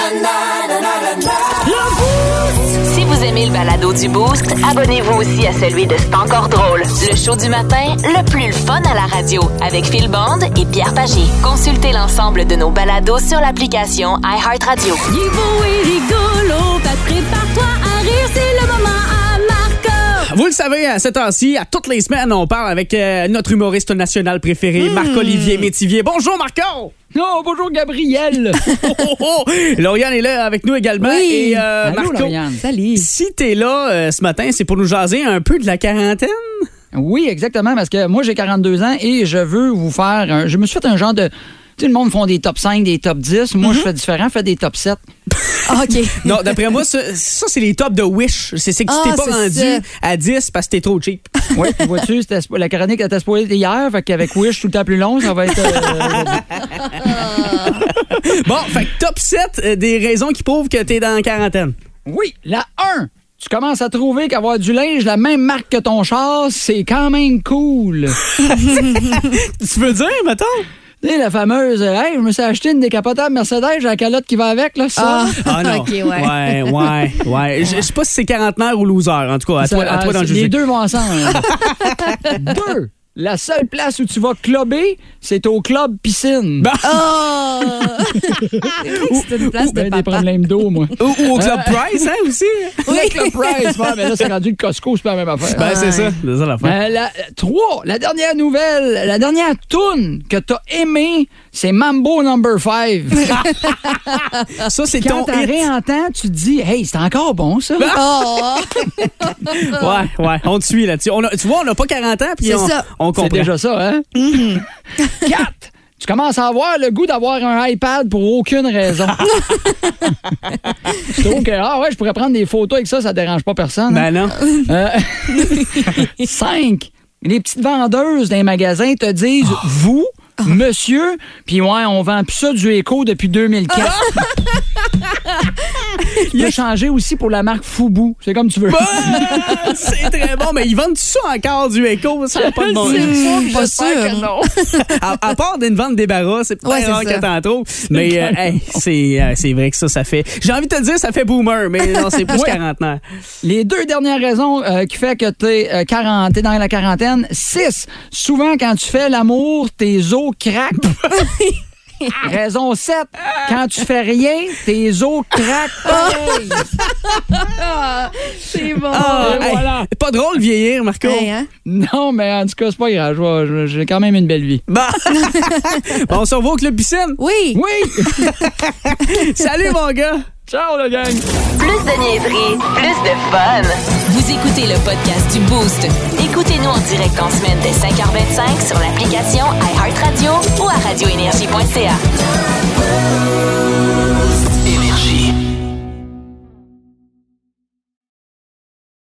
Speaker 1: Si vous aimez le balado du Boost, abonnez-vous aussi à celui de C'est encore drôle. Le show du matin, le plus le fun à la radio, avec Phil Bond et Pierre Pagé. Consultez l'ensemble de nos balados sur l'application iHeartRadio.
Speaker 12: Il est beau et rigolo, fait que prépare-toi à rire, c'est le moment à Marco.
Speaker 4: Vous le savez, à cette heure-ci, à toutes les semaines, on parle avec euh, notre humoriste national préféré,
Speaker 5: Hmm.
Speaker 4: Marc-Olivier Métivier. Bonjour, Marco! Oh, bonjour, Gabriel! oh, oh, oh. Lauriane est là avec nous également.
Speaker 14: Oui.
Speaker 4: Et euh,
Speaker 14: Allô,
Speaker 4: Marco,
Speaker 14: Lauriane.
Speaker 5: Salut.
Speaker 4: si t'es là euh, ce matin, c'est pour nous jaser un peu de la quarantaine.
Speaker 14: Oui, exactement, parce que moi, j'ai 42 ans et je veux vous faire. un- je me suis fait un genre de. Tu sais, le monde font des top 5, des top 10. Moi, je
Speaker 4: Mhm.
Speaker 14: fais différent, je fais des top 7. Ah,
Speaker 5: OK.
Speaker 4: Non, d'après moi, ça, ça, c'est les tops de Wish. C'est c'est que
Speaker 14: Ah,
Speaker 4: tu t'es pas
Speaker 14: c'est
Speaker 4: rendu
Speaker 14: ça.
Speaker 4: à 10 parce que t'es trop cheap.
Speaker 14: Oui, vois-tu, c'était spo- la chronique était spoilée hier, fait qu'avec Wish, tout le temps plus long, ça va être. euh,
Speaker 4: Bon, fait que top 7 euh, des raisons qui prouvent que t'es dans la quarantaine.
Speaker 14: Oui, la 1. Tu commences à trouver qu'avoir du linge, la même marque que ton char, c'est quand même cool.
Speaker 4: tu veux dire, mettons?
Speaker 14: Tu sais, la fameuse, hey, je me suis acheté une décapotable Mercedes, j'ai la calotte qui va avec, là, ça.
Speaker 4: Ah non. ouais, ouais, ouais. Je je sais pas si c'est quarantenaire ou loser, en tout cas. À
Speaker 14: Ça,
Speaker 4: toi, à toi
Speaker 14: ah,
Speaker 4: dans le
Speaker 14: c'est- les
Speaker 4: juger.
Speaker 14: deux vont ensemble. deux. La seule place où tu vas clubber, c'est au club piscine.
Speaker 4: Bah.
Speaker 14: Ah!
Speaker 5: Oh! c'est une place de
Speaker 14: ben, des problèmes d'eau, moi. Euh,
Speaker 4: Ou, ou au Club Price, hein, aussi.
Speaker 14: Le Club Price, ouais, mais là, c'est rendu le Costco, c'est pas la même affaire.
Speaker 4: Ben, c'est ça. C'est ça l'affaire.
Speaker 14: Euh, la, trois, la dernière nouvelle, la dernière toune que t'as aimée, c'est Mambo Number 5.
Speaker 4: Ah, ça, c'est
Speaker 14: Quand
Speaker 4: ton
Speaker 14: t'en
Speaker 4: hit. Bah.
Speaker 14: réentends, tu te dis, hey, c'est encore bon, ça. Ah!
Speaker 5: Oh.
Speaker 4: Ouais, ouais. On te suit là-dessus. On a- tu vois, on n'a pas 40 ans, puis
Speaker 14: C'est
Speaker 4: on,
Speaker 14: ça.
Speaker 4: on comprend.
Speaker 14: C'est déjà ça, hein?
Speaker 5: Mm-hmm.
Speaker 14: Quatre, tu commences à avoir le goût d'avoir un iPad pour aucune raison. je trouve que, ah ouais, je pourrais prendre des photos avec ça, ça dérange pas personne.
Speaker 4: Ben non.
Speaker 14: Euh, cinq, les petites vendeuses d'un magasin te disent,
Speaker 4: Ah.
Speaker 14: vous,
Speaker 5: Ah.
Speaker 14: monsieur, puis ouais, on vend plus ça du écho depuis 2004.
Speaker 5: Ah.
Speaker 14: Tu peux changer aussi pour la marque Fubu. C'est comme tu veux.
Speaker 4: Ah, c'est très bon, mais ils vendent ça encore du écho? Ça n'a pas de bon
Speaker 14: C'est
Speaker 4: sens.
Speaker 14: ça,
Speaker 5: puis Pas
Speaker 4: J'espère
Speaker 5: sûr.
Speaker 4: que non. à, à part d'une vente débarras, c'est pas
Speaker 5: Ouais, c'est
Speaker 4: rare
Speaker 5: ça.
Speaker 4: que t'en trouves. Mais euh, hey, c'est euh, c'est vrai que ça, ça fait. J'ai envie de te dire, ça fait boomer, mais non, c'est plus
Speaker 14: Ouais.
Speaker 4: quarantenaire.
Speaker 14: Les deux dernières raisons euh, qui fait que t'es euh, quarante- t'es dans la quarantaine. Six, souvent quand tu fais l'amour, tes os craquent. Raison 7, quand tu fais rien, tes os craquent
Speaker 5: Oh,
Speaker 14: pareil.
Speaker 5: C'est bon.
Speaker 14: Ah,
Speaker 4: hey,
Speaker 14: voilà.
Speaker 4: Pas drôle vieillir, Marco.
Speaker 5: Hey, hein?
Speaker 14: Non, mais en tout cas, c'est pas grave. Je vais- je- J'ai quand même une belle vie.
Speaker 4: Bah. Bon, on se revoit au Club Piscine.
Speaker 5: Oui.
Speaker 14: Oui.
Speaker 4: Salut, mon gars.
Speaker 14: Ciao, le gang.
Speaker 1: Plus de niaiserie, plus de fun. Vous écoutez le podcast du Boost. Écoutez-nous en direct en semaine dès 5h25 sur l'application iHeartRadio ou à radioénergie.ca.